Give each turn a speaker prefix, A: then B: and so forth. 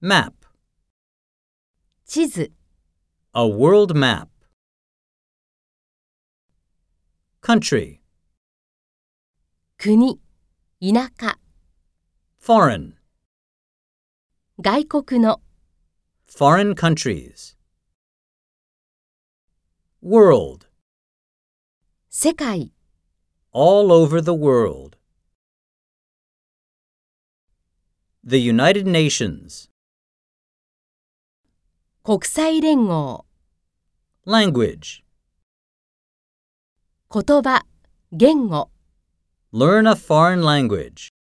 A: Map.
B: 地図、
A: A world map. Country.
B: 国、田舎、
A: Foreign.
B: 外国の、
A: Foreign countries. World.
B: 世界、
A: All over the world. The United Nations.
B: 国際連合、
A: Language.
B: 言葉、言語。
A: Learn a foreign language.